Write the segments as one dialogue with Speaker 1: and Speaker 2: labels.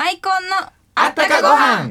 Speaker 1: 本の
Speaker 2: あったかご飯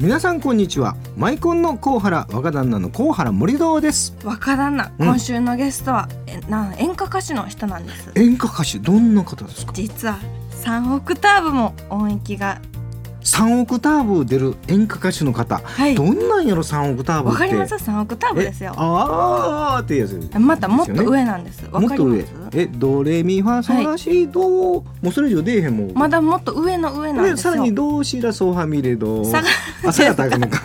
Speaker 3: 皆さんこんにちはマイコンの高原若旦那の高原森堂です
Speaker 1: 若旦那
Speaker 3: うん
Speaker 1: 今週のゲストは、えな演歌歌手の人なんです
Speaker 3: 演歌歌手どんな方ですか
Speaker 1: 実は3オクターブも音域が
Speaker 3: 3オクターブ出る演歌歌手の方、
Speaker 1: はい
Speaker 3: どんなんやろ3オクターブ
Speaker 1: わ
Speaker 3: って
Speaker 1: かります3オクターブです
Speaker 3: え
Speaker 1: よ
Speaker 3: あーってやつ
Speaker 1: またもっと
Speaker 3: ですよね
Speaker 1: 上なんですわ
Speaker 3: も
Speaker 1: か
Speaker 3: っ
Speaker 1: り
Speaker 3: と上
Speaker 1: ます
Speaker 3: えドレミファソラシド、もうそれ以上出えへんもん
Speaker 1: まだもっと上の上なんです
Speaker 3: で
Speaker 1: よ
Speaker 3: さらにドシラソーファミレド
Speaker 1: 下が
Speaker 3: あ下がったらあかんのか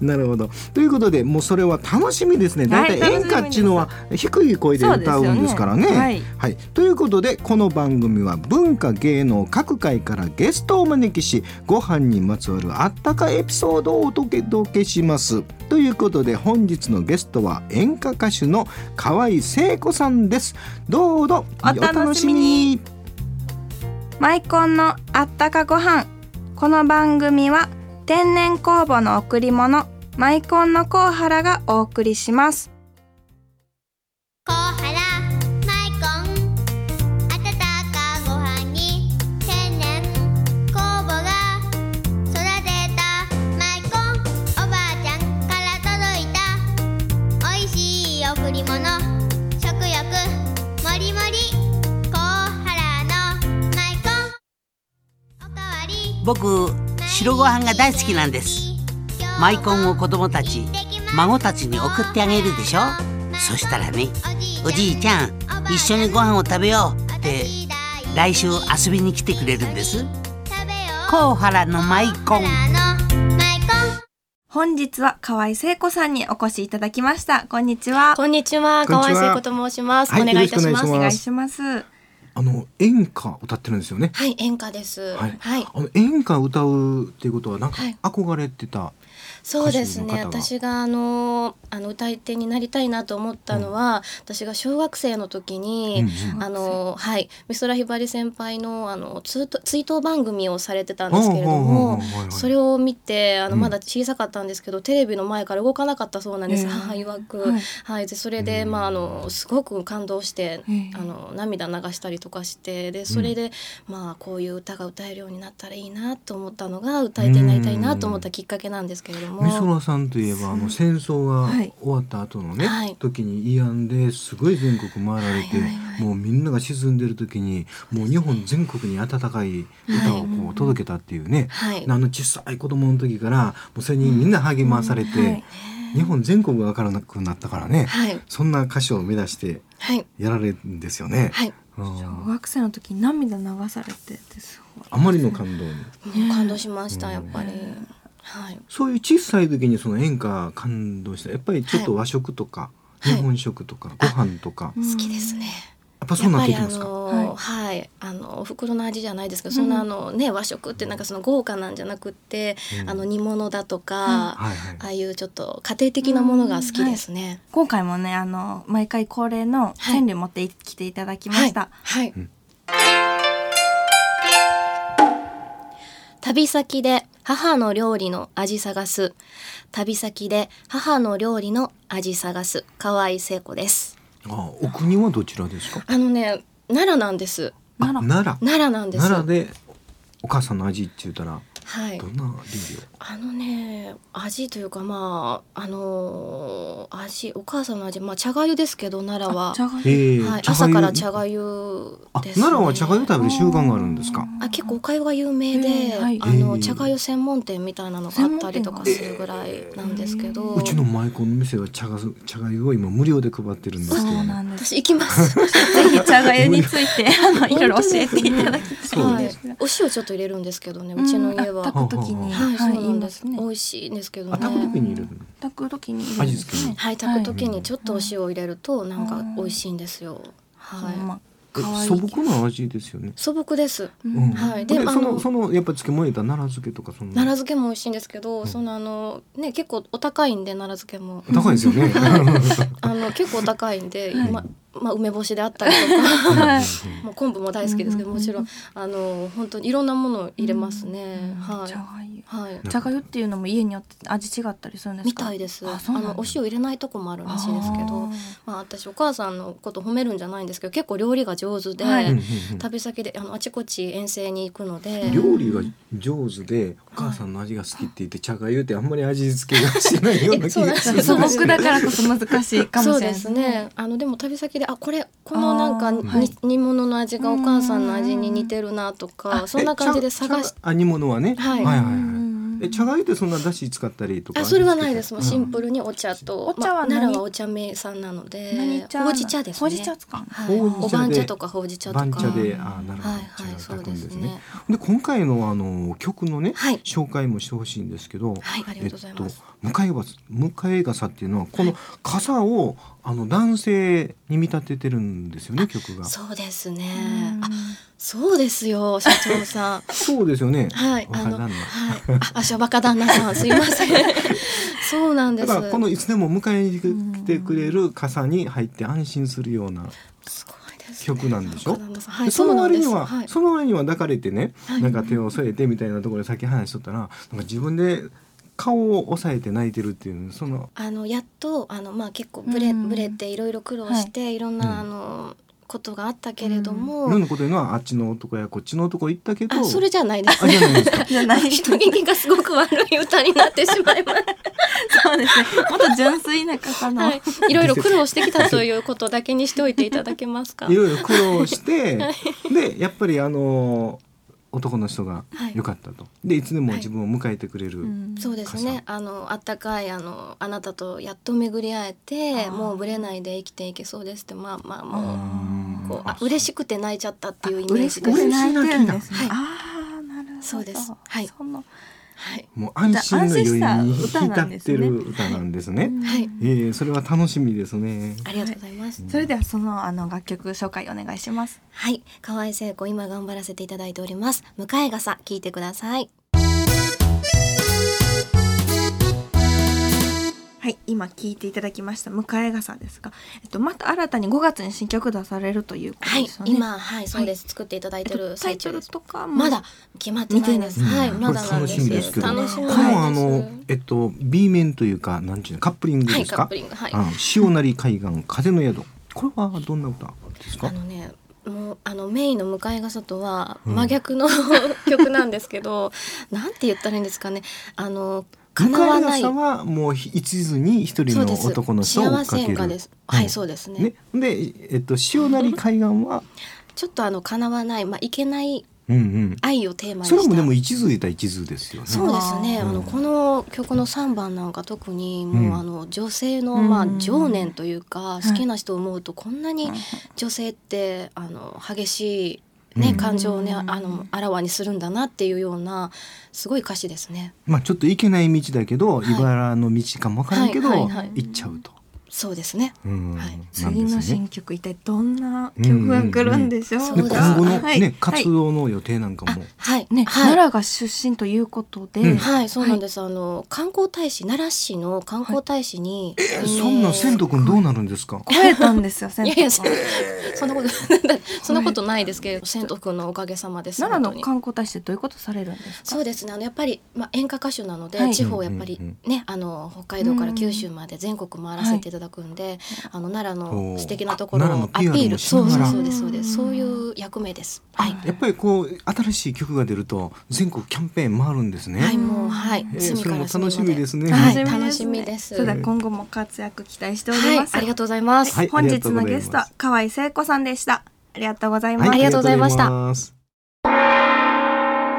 Speaker 3: なるほどということでもうそれは楽しみですね
Speaker 1: は
Speaker 3: だいた
Speaker 1: い
Speaker 3: い演歌っちゅうのは低い声で歌うんですからね
Speaker 1: そうですよねはい
Speaker 3: はい、ということでこの番組は文化芸能各界からゲストをお招きしご飯にまつわるあったかエピソードをお届けしますということで本日のゲストは演歌歌手の河合聖子さんですどうぞ
Speaker 1: お楽しみにマイコンのあったかご飯この番組は天然酵母の贈り物マイコンのコウハラがお送りします
Speaker 4: 小原マイコン温かご飯に天然酵母が育てたマイコンおばあちゃんから届いた美味しい贈り物食欲もりもり小原のマイコンおかわり
Speaker 2: 僕白ご飯が大好きなんですマイコンを子供たち孫たちに送ってあげるでしょそしたらねおじいちゃん一緒にご飯を食べようって来週遊びに来てくれるんです甲原のマイコン
Speaker 1: 本日は河合聖子さんにお越しいただきましたこんにちは
Speaker 5: こんにちは、
Speaker 3: こんにち
Speaker 5: 河合
Speaker 3: は
Speaker 5: 聖子と申します。
Speaker 3: はい
Speaker 5: お願いいたします。
Speaker 3: よろしくお
Speaker 1: お
Speaker 3: 願
Speaker 1: 願
Speaker 3: い
Speaker 1: い
Speaker 3: し
Speaker 1: します
Speaker 3: あの演歌歌ってるんですよね
Speaker 5: はい、演歌です。
Speaker 3: は
Speaker 5: はいい、
Speaker 3: あの演歌歌うっていうことはなんか
Speaker 5: はい
Speaker 3: 憧れてた、
Speaker 5: そうですね。
Speaker 3: 歌手の方は
Speaker 5: 私があのあの歌い手になりたいなと思ったのは、私が小学生の時に。
Speaker 3: うん
Speaker 5: あのはい、美空ひばり先輩のあの追悼追悼番組をされてたんですけれど
Speaker 3: おうおうおうおうは
Speaker 5: も
Speaker 3: いはい
Speaker 5: それを見てあの
Speaker 3: うん
Speaker 5: まだ小さかったんですけど、テレビの前から動かなかったそうなんです、
Speaker 1: ええ
Speaker 5: 母曰く、
Speaker 1: は
Speaker 5: はいいでそれで、まあ、あのすごく感動して、
Speaker 1: ええ
Speaker 5: あの涙流したりとかしてでそれで、まあ、こういう歌が歌えるようになったらいいなと思ったのが歌い手になりたいなと思ったきっかけなんですけれども。
Speaker 3: 美空さんといえばあの戦争が終わった後のね、
Speaker 5: はい
Speaker 3: 時に慰安ですごい全国回られて、もうみんなが沈んでる時にもう日本全国に温かい歌をこう届けたっていうね、
Speaker 5: はい
Speaker 3: あの小さい子供の時からもうそれにみんな励まされて、
Speaker 1: うんはい
Speaker 3: 日本全国が明るくなったからね、
Speaker 5: はい
Speaker 3: そんな歌手を目指して
Speaker 5: はい
Speaker 3: やられるんですよね。
Speaker 5: はい
Speaker 3: うん
Speaker 1: 小学生の時に涙流されてってすごい
Speaker 3: あまりの感動に
Speaker 5: もう感動しましたやっぱり。はい
Speaker 3: そういう小さい時にその演歌感動したやっぱりちょっと和食とか、
Speaker 5: はい
Speaker 3: 日本食とかご飯とか、
Speaker 5: 好きですね。
Speaker 3: やっぱそう
Speaker 5: やっ
Speaker 3: なっ
Speaker 5: ぱ
Speaker 3: て
Speaker 5: り
Speaker 3: き
Speaker 5: あ
Speaker 3: ますか。
Speaker 5: の
Speaker 1: はい
Speaker 5: はいあのお袋の味じゃないですけどそんなあのね和食ってなんかその豪華なんじゃなくってあの煮物だとか
Speaker 3: はいはい
Speaker 5: ああいうちょっと家庭的なものが好きですね。
Speaker 1: 今回もねあの毎回恒例の川柳持ってきていただきました、
Speaker 5: はい。はい旅先で母の料理の味探す旅先で母の料理の味探す河合聖子です
Speaker 3: あ、お国はどちらですか。
Speaker 5: あのね奈良なんです
Speaker 3: あ
Speaker 1: 奈良
Speaker 3: 奈良。
Speaker 5: 奈良なんです
Speaker 3: 奈良でお母さんの味って言ったら
Speaker 5: はい
Speaker 3: どんな料理を。
Speaker 5: あのね味というかまああのー味お母さんの味まあ茶がゆですけど奈良は
Speaker 1: あじゃがいも
Speaker 3: ええ
Speaker 5: はい、朝から茶
Speaker 3: ゆ。
Speaker 5: がゆ
Speaker 3: あ、
Speaker 5: です、ね、
Speaker 3: 奈良は茶がゆ食べる習慣があるんですか。
Speaker 5: あ結構お粥が有名で、
Speaker 1: へーはい
Speaker 5: あ
Speaker 3: へ
Speaker 5: の
Speaker 3: ー
Speaker 5: 茶がゆ専門店みたいなのがあったりとかするぐらいなんですけど、
Speaker 3: うちの舞子の店は茶が茶がゆを今無料で配ってるんですけ
Speaker 1: そ
Speaker 3: ど
Speaker 1: うな
Speaker 3: ね。
Speaker 1: んです
Speaker 5: 私行きます、
Speaker 1: ぜひ茶がゆについてあ のいろいろ教えていただきた
Speaker 3: そう
Speaker 1: いん
Speaker 5: は
Speaker 1: で
Speaker 5: い
Speaker 1: すが、
Speaker 5: お塩ちょっと入れるんですけどねうちの家は、
Speaker 1: うんあ
Speaker 5: は
Speaker 1: 炊く時に、
Speaker 3: は
Speaker 5: は
Speaker 1: は
Speaker 5: い、
Speaker 1: い、
Speaker 5: そう
Speaker 1: い
Speaker 5: ないん
Speaker 1: んで
Speaker 5: です
Speaker 1: すね
Speaker 5: 美味しいんですけど
Speaker 3: あ、炊く時
Speaker 5: ね
Speaker 3: に入れるの。
Speaker 1: 炊く時に入れるんですね
Speaker 5: はい炊く時
Speaker 3: はい
Speaker 5: にちょっとお塩を入れるとなんか美味しいんですよ、
Speaker 1: は、
Speaker 5: はいい、
Speaker 1: まあ
Speaker 3: え
Speaker 1: 可愛い
Speaker 3: 素朴な味ですよね。
Speaker 5: 素朴です
Speaker 3: うん
Speaker 5: はい
Speaker 3: で
Speaker 5: で
Speaker 3: そ
Speaker 5: あ
Speaker 3: の
Speaker 5: の
Speaker 3: そのやっぱ漬物入れた奈良漬けとかその
Speaker 5: 奈良漬けも美味しいんですけど、そのあのね結構お高いんで奈良漬けも
Speaker 3: 高いですよね。
Speaker 5: あの結構お高い んで、ままあ梅干しであったりとか、 もう昆布も大好きですけどもちろんあの本当にいろんなものを入れますね、はい
Speaker 1: 茶。がゆ
Speaker 5: はい
Speaker 1: じゃがよっていうのも家によって味違ったりするんです
Speaker 5: み
Speaker 1: か
Speaker 5: たいです
Speaker 1: あ
Speaker 5: あ
Speaker 1: そうなんだ
Speaker 5: のお塩入れないとこもあるらしいですけどまあ、私お母さんのこと褒めるんじゃないんですけど結構料理が上手で、
Speaker 1: はい
Speaker 3: うんうん
Speaker 5: 旅先であのあちこち遠征に行くので
Speaker 3: うん料理が上手でお母さんの味が好きって言って茶が言うてあんまり味付けがしてないような気がするん
Speaker 5: え
Speaker 3: です
Speaker 5: そ
Speaker 1: 素
Speaker 5: うなんです
Speaker 1: 朴だからこそ難しいか
Speaker 5: そ
Speaker 1: も
Speaker 5: う
Speaker 1: しれ
Speaker 5: で
Speaker 1: ない
Speaker 5: すねあのでも旅先であこれこのなんか
Speaker 1: あ
Speaker 5: に、
Speaker 1: ーはい
Speaker 5: 煮物の味がお母さんの味に似てるなと
Speaker 1: うんうん
Speaker 5: かそんな感じで探して
Speaker 3: てあ煮物はね、
Speaker 5: はい
Speaker 3: はいはい
Speaker 1: うんう
Speaker 3: は
Speaker 1: んうん
Speaker 3: いえ茶が言うてそんなだし使ったりとか
Speaker 5: あそれはないですもうシ
Speaker 3: ん
Speaker 5: ンプルにお茶と、
Speaker 1: お茶は何
Speaker 5: まあ奈良はお茶名産なので
Speaker 1: 何茶
Speaker 5: ほうじ茶ですね
Speaker 1: ほうじ茶使うの
Speaker 5: はい、
Speaker 3: ほうじ茶で
Speaker 5: おばん茶とかほうじ茶とか
Speaker 3: 番茶であなるほど、
Speaker 5: はいはい
Speaker 3: 茶
Speaker 5: そ
Speaker 3: が
Speaker 5: う
Speaker 3: 炊く
Speaker 5: で
Speaker 3: ん
Speaker 5: す
Speaker 3: ですね
Speaker 5: ね
Speaker 3: で今回のあの曲のね、
Speaker 5: はい
Speaker 3: 紹介もしてほしいんですけど、
Speaker 5: はいありがとうございます、
Speaker 3: 向かい傘向かい傘っていうのはこの傘を、あの男性に見立ててるんですよね曲が。
Speaker 5: そうです
Speaker 1: う
Speaker 5: ね
Speaker 1: ん
Speaker 5: あそうですよ社長さん
Speaker 3: そうですよね。
Speaker 5: はいあ
Speaker 3: 若
Speaker 5: の
Speaker 3: 旦
Speaker 5: はい
Speaker 3: 那
Speaker 5: ああしゃ若旦那さんすいませんそう なんで
Speaker 3: だ
Speaker 5: す
Speaker 3: からこのいつでも迎えに来てくれる傘に入って安心するような。
Speaker 5: すごいですね
Speaker 3: 曲なんでしょ
Speaker 5: 若旦那さんは
Speaker 3: で
Speaker 5: い
Speaker 3: そ
Speaker 5: そう
Speaker 3: の
Speaker 5: なん
Speaker 3: 割
Speaker 5: で
Speaker 3: に
Speaker 5: す
Speaker 3: は、
Speaker 5: はい
Speaker 3: その割には抱かれてね、
Speaker 5: はい
Speaker 3: なんか手を添えてみたいなところで先話しとったら、なんか自分で顔を押さえて泣いてるっていうその
Speaker 5: あのやっとあのまあ結構ブレ、
Speaker 1: うん
Speaker 5: ブレていろいろ苦労して、い、ろん
Speaker 3: うん
Speaker 5: なあのことがあったけれども、
Speaker 3: いろんなこというのはあっちの男やこっちの男行ったけど
Speaker 5: あそれじゃないで
Speaker 3: あ
Speaker 5: す
Speaker 3: じゃないですか
Speaker 1: じゃない
Speaker 5: 人聞きがすごく悪い歌になってしま いまし
Speaker 1: そうですね。もっと純粋な方
Speaker 5: た、
Speaker 1: の。
Speaker 5: はい、いろいろ苦労してきたということだけにしておいていただけますか
Speaker 3: いろいろ苦労して、 でやっぱりあの男の人が
Speaker 5: はい
Speaker 3: 良かったと、い、でいつでも自分を迎えてくれる、
Speaker 5: そうですねあのあったかいあのあなたとやっと巡り会えて
Speaker 1: あー
Speaker 5: もうブレないで生きていけそうですってまあまあも
Speaker 3: ん
Speaker 5: うこうあ嬉しくて泣いちゃったっていうイメー
Speaker 1: 嬉
Speaker 5: ジ
Speaker 1: し
Speaker 5: で
Speaker 1: く
Speaker 5: す
Speaker 1: て
Speaker 3: 嬉し
Speaker 1: 泣いてるんですね
Speaker 5: はい。
Speaker 1: ああ、なるほど。
Speaker 5: そうですはい
Speaker 1: その
Speaker 5: はい、
Speaker 3: もう安心の余韻に浸ってる歌なんですね。
Speaker 5: はい、
Speaker 3: えー、それは楽しみですね。
Speaker 5: ありがとうございます
Speaker 1: それではそのあの楽曲紹介お願いします。
Speaker 5: はい河合聖子今頑張らせていただいております向かい傘聞いてください
Speaker 1: はい、今聞いていただきました迎え傘ですが、えっとまた新たに5月に新曲出されるということ
Speaker 5: はい、
Speaker 1: ですよね。
Speaker 5: 今はいそうです、作っていただい
Speaker 1: えってと
Speaker 5: る
Speaker 1: タイ
Speaker 5: 最
Speaker 1: ト
Speaker 5: 中
Speaker 1: ル
Speaker 5: です
Speaker 1: とかも
Speaker 5: まだ決まってないです、
Speaker 1: 未定なんですね
Speaker 5: はい
Speaker 3: うん
Speaker 5: まだなんで
Speaker 3: 楽
Speaker 5: す
Speaker 3: しみですけど。
Speaker 5: 楽しみ
Speaker 3: こ
Speaker 5: な
Speaker 3: の
Speaker 5: い
Speaker 3: あの
Speaker 5: で
Speaker 3: えっと B 面というかなんていうのカップリング
Speaker 5: すは
Speaker 3: で
Speaker 5: い
Speaker 3: す
Speaker 5: カッ
Speaker 3: か
Speaker 5: プ。リングはい、
Speaker 3: あ潮成海岸風の宿。これはどんな歌です
Speaker 5: あ
Speaker 3: か。
Speaker 5: のねもうあのメインの向かい傘とは
Speaker 3: うん
Speaker 5: 真逆の、 曲なんですけどなんて言ったらいいんですかねあの
Speaker 3: 向
Speaker 5: 叶
Speaker 3: か
Speaker 5: わ
Speaker 3: い
Speaker 5: ない
Speaker 3: 傘はもう一途に一人
Speaker 5: そう
Speaker 3: の
Speaker 5: です
Speaker 3: 男の人を追
Speaker 5: 幸
Speaker 3: っか
Speaker 5: せ
Speaker 3: け
Speaker 5: 演歌
Speaker 3: る。
Speaker 5: ですはい、
Speaker 3: うん
Speaker 5: そうですね
Speaker 3: ね、で、えっと、潮成海岸は。
Speaker 5: ちょっとあの叶わないまあいけない
Speaker 3: うんうん。
Speaker 5: 愛をテーマにし
Speaker 3: そ
Speaker 5: た
Speaker 3: れもでも一途でいたら一途ですよね。
Speaker 5: そうですね、
Speaker 3: うん
Speaker 5: あのこの曲の3番なんか特にもう、
Speaker 3: うん
Speaker 5: あの女性のまあ
Speaker 1: うん
Speaker 5: 情念というか、
Speaker 1: い
Speaker 5: 好きな人を思うとこんなに女性ってあの激しい、ね
Speaker 3: うん
Speaker 5: 感情をね
Speaker 1: うん
Speaker 5: あのあらわにするんだなっていうようなすごい歌詞ですね。
Speaker 3: まあ、ちょっと行けない道だけど、
Speaker 5: はい
Speaker 3: 茨の道かもわからんけど、
Speaker 5: はいはいはい
Speaker 3: 行っちゃうと。
Speaker 5: そうですね
Speaker 3: うん
Speaker 5: はい
Speaker 1: 次の新曲一体どんな曲が来るんでしょうか。
Speaker 5: うんうんうん
Speaker 3: で
Speaker 5: そうだ
Speaker 3: 今後のね、
Speaker 1: はい
Speaker 3: 活動の予定なんかも、
Speaker 5: はい
Speaker 1: ね、
Speaker 5: はい
Speaker 1: 奈良が出身ということで、
Speaker 3: うん
Speaker 5: はい、そうなんです。あの観光大使、奈良市の観光大使に、
Speaker 3: え
Speaker 5: えー
Speaker 3: そんなん千斗くんどうなるんですか。
Speaker 1: 超えたんですよ、先
Speaker 5: い
Speaker 1: 生
Speaker 5: やいや、そんなそんな こと、そんなことないですけれど、千斗くんのおかげさまです。
Speaker 1: 奈良
Speaker 5: 本当
Speaker 1: の
Speaker 5: に
Speaker 1: 観光大使ってどういうことされるんですか
Speaker 5: そうですねあのやっぱり、まあ、演歌歌手なので、
Speaker 1: はい
Speaker 5: 地方をやっぱり
Speaker 3: うんうん
Speaker 5: ね、あの北海道から九州まで全国回らせていただくんで、あの奈良
Speaker 3: おー
Speaker 5: の素敵なところを
Speaker 3: あ
Speaker 5: アピ
Speaker 3: 奈良の PR
Speaker 5: ー
Speaker 3: も
Speaker 5: ル
Speaker 3: しなが
Speaker 5: そう
Speaker 3: ら
Speaker 5: そうそうですそうで
Speaker 1: うん
Speaker 5: すそういう役目ですはい、
Speaker 3: やっぱりこう新しい曲が出ると全国キャンペーン回るんですね。
Speaker 5: はいもうはい
Speaker 3: えー
Speaker 5: 隅から
Speaker 3: それも楽しみですね
Speaker 5: はい
Speaker 1: ですね
Speaker 5: 楽しみです
Speaker 1: そうだ、
Speaker 5: はい
Speaker 1: 今後も活躍期待しております。
Speaker 5: ありがとうございます、
Speaker 3: はい
Speaker 1: 本日のゲスト
Speaker 3: ありがとうございます、
Speaker 1: 河合聖子さんでした。ありがとうございま
Speaker 3: は
Speaker 1: す。
Speaker 5: ありがとうございました
Speaker 3: ありがとうございます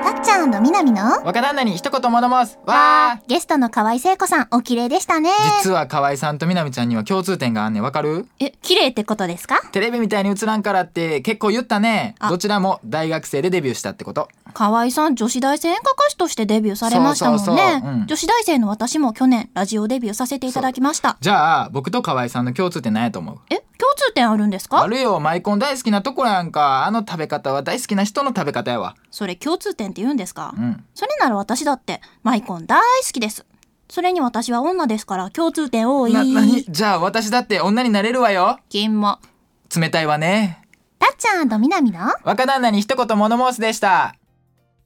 Speaker 6: たっちゃんみなみの
Speaker 7: 若旦那に一言物申すわー
Speaker 6: ゲストの河合聖子さんお綺麗でしたね
Speaker 7: 実は河合さんとみなみちゃんには共通点があんねんわかる
Speaker 6: え綺麗ってことですか
Speaker 7: テレビみたいに映らんからって結構言ったね
Speaker 6: あ
Speaker 7: どちらも大学生でデビューしたってこと
Speaker 6: 河合さん女子大生演歌歌手としてデビューされましたもんね
Speaker 7: そうそうそううん
Speaker 6: 女子大生の私も去年ラジオデビューさせていただきました
Speaker 7: じゃあ僕と河合さんの共通点なんやと思う
Speaker 6: え共通点あるんです
Speaker 7: あ
Speaker 6: か
Speaker 7: るよマイコン大好きなとこやんかあの食べ方は大好きな人の食べ方やわ
Speaker 6: それ共通点って言うんですか、
Speaker 7: うん
Speaker 6: それなら私だってマイコン大好きですそれに私は女ですから共通点多い
Speaker 7: な何じゃあ私だって女になれるわよ
Speaker 6: 金も
Speaker 7: 冷たいわね
Speaker 6: たっちゃんみなみの
Speaker 7: 若旦那に一言物申すでした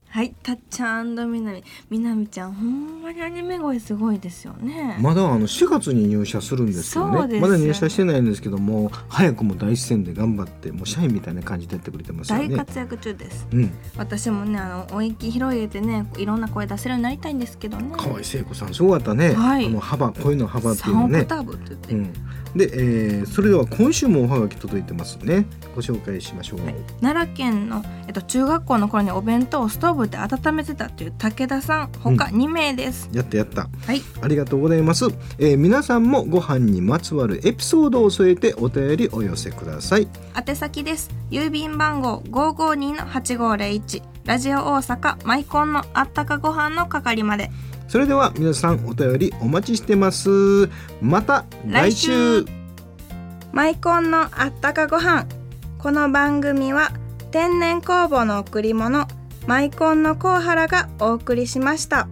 Speaker 1: はい、たっちゃんみなみ、みなみちゃん、ほんまにアニメ声すごいですよね。
Speaker 3: まだあの4月に入社するんですよ
Speaker 1: そう
Speaker 3: ね
Speaker 1: です
Speaker 3: まだ入社してないんですけども早くも第一線で頑張ってもう社員みたいな感じでやってくれてますよ
Speaker 1: 大
Speaker 3: ね。
Speaker 1: 活躍中です。
Speaker 3: うん、
Speaker 1: 私もね、あの、音域広げてね、いろんな声出せるようになりたいんですけどね。
Speaker 3: 河合聖子さんすごかったね、
Speaker 1: はい
Speaker 3: あの幅声の幅ってい
Speaker 1: 三
Speaker 3: うの
Speaker 1: オク
Speaker 3: ね。
Speaker 1: ターブって言って、
Speaker 3: うん、で、えーそれでは今週もおはがき届いてますねご紹介しましょう、
Speaker 1: 奈良県の、えっと、中学校の頃にお弁当をストーブで温めてたという武田さん、他
Speaker 3: う
Speaker 1: 2名です。
Speaker 3: やったやった
Speaker 1: はい、
Speaker 3: ありがとうございます、えー皆さんもご飯にまつわるエピソードを添えてお便りお寄せください
Speaker 1: 宛先です。郵便番号552-8501ラジオ大阪マイコンのあったかご飯の係まで。
Speaker 3: それでは皆さんお便りお待ちしてますまた来週
Speaker 1: 来週
Speaker 8: マイコンのあったかご飯この番組は天然酵母の贈り物マイコンのコウハラがお送りしました。